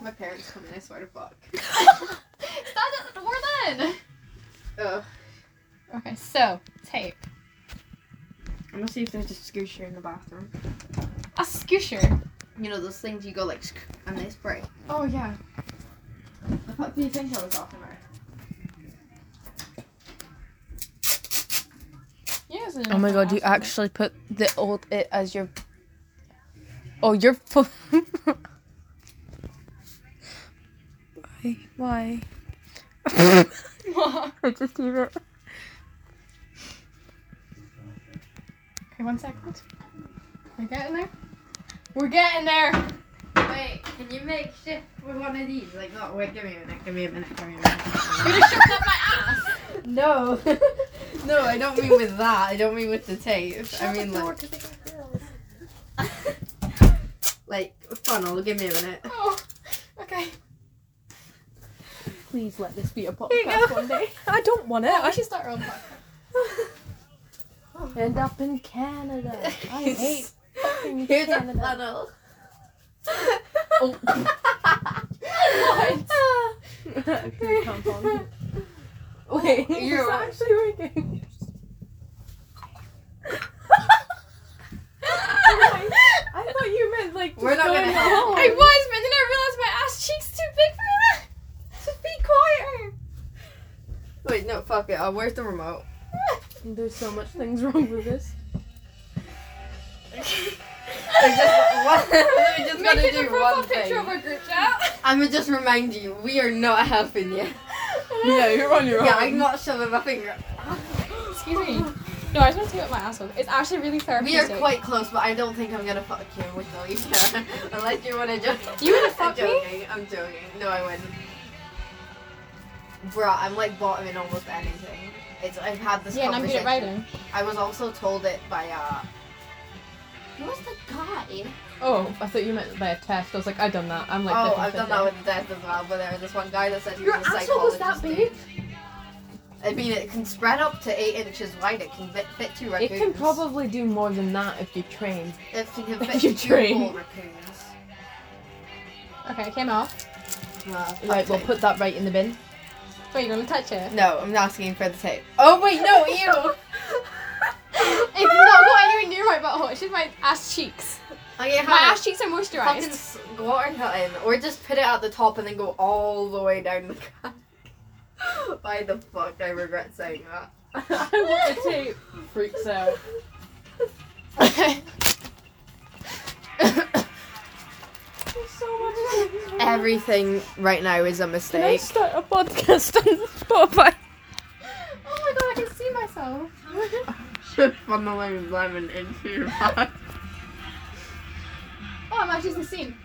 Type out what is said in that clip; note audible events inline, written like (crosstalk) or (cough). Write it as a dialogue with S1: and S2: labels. S1: my parents come in, I swear to fuck.
S2: (laughs) Stop at the door then.
S1: Ugh.
S2: Okay, so tape.
S1: I'm gonna see if there's a scoosher in the bathroom.
S2: A scoosher.
S1: You know those things you go like sk- and they spray. Oh yeah. The fuck do you think I was talking about?
S2: Yes.
S3: Oh my god, you actually put the old it as your. Oh, you're. fu- (laughs) Why? Why?
S2: (laughs) okay,
S3: I just did it.
S2: one second. We're getting there. We're getting there.
S1: Wait, can you make shift with one of these? Like not wait, give me a minute, give me a minute, give me a minute.
S2: You're just shoving up my ass.
S1: no. (laughs) no, I don't mean with that. I don't mean with the tape. I mean like (laughs) like funnel, give me a minute.
S2: Oh, okay.
S3: Please let this be a
S2: you
S3: podcast
S2: go.
S3: one
S1: (laughs)
S3: day. I don't want it.
S2: I
S3: I
S2: should start our (laughs) own podcast.
S3: (laughs) end up in Canada. I hate fucking
S1: Here's a
S3: Canada.
S1: funnel.
S3: (laughs)
S1: (laughs)
S3: Oh.
S2: (laughs)
S3: Wait,
S1: You're-
S3: it's actually working. (laughs) I thought you meant like
S1: We're not gonna (laughs) help.
S2: (laughs)
S3: Oh.
S2: I was, but then I realized my ass cheeks too big for that. So be quieter.
S1: (laughs) Wait, no, fuck it. Uh, where's the remote?
S3: (laughs) There's so much things wrong with this.
S1: I just, (laughs) what? we just
S2: Make
S1: gotta
S2: it a
S1: do
S2: profile
S1: one
S2: picture of
S1: thing.
S2: our group chat.
S1: I'ma just remind you, we are not helping you.
S3: (laughs) Yeah, you're on your
S1: Yeah,
S3: own.
S1: I'm not shoving my finger.
S2: (laughs) Excuse me. No, I just want to see what my ass was. It's actually really
S1: We
S2: therapeutic.
S1: are quite close, but I don't think I'm gonna fuck you with Alicia. (laughs) Unless you wanna join.
S2: You wanna
S1: I'm
S2: fuck me?
S1: joking, I'm joking. No, I wouldn't. Bruh, I'm like bottom in almost anything. It's, I've had this
S2: Yeah, and I'm good
S1: conversation.
S2: at writing.
S1: I was also told it by, uh. Who was the guy?
S3: Oh, I thought you meant by a test. I was like, I've done that. I'm like,
S1: oh,
S3: different
S1: I've done
S3: fifty.
S1: that with the death as well, but there was this one guy that said he was a psychologist. dude. I mean, it can spread up to eight inches wide. It can fit, fit two
S3: It
S1: raccoons.
S3: can probably do more than that if you train.
S1: It can
S2: (laughs)
S3: if
S1: fit
S3: you
S1: two
S3: train.
S1: full raccoons.
S2: Okay, it came off.
S1: Well,
S3: Right, we'll
S1: okay.
S3: put that right in the bin.
S2: Wait, you're gonna
S1: (laughs)
S2: touch it?
S1: No, I'm not asking for the tape. Oh wait, (laughs) no, ew.
S2: It's not going anywhere near my butthole. It's just my ass cheeks.
S1: okay,
S2: My
S1: how
S2: ass cheeks are
S1: fucking
S2: moisturized.
S1: s- water fountain, or just put it at the top and then go all the way down the back. (laughs) Why the fuck I regret saying that. (laughs)
S2: (laughs)
S3: want the tape. Freaks (laughs) out. so much.
S2: Oh
S1: Everything right now is a
S3: Can I
S1: mistake.
S3: start a podcast (laughs) on Spotify?
S2: Oh my god, I can
S1: (laughs)
S2: see myself. Oh,
S1: Funneling lemon into your mouth.
S2: Oh, I'm actually seeing.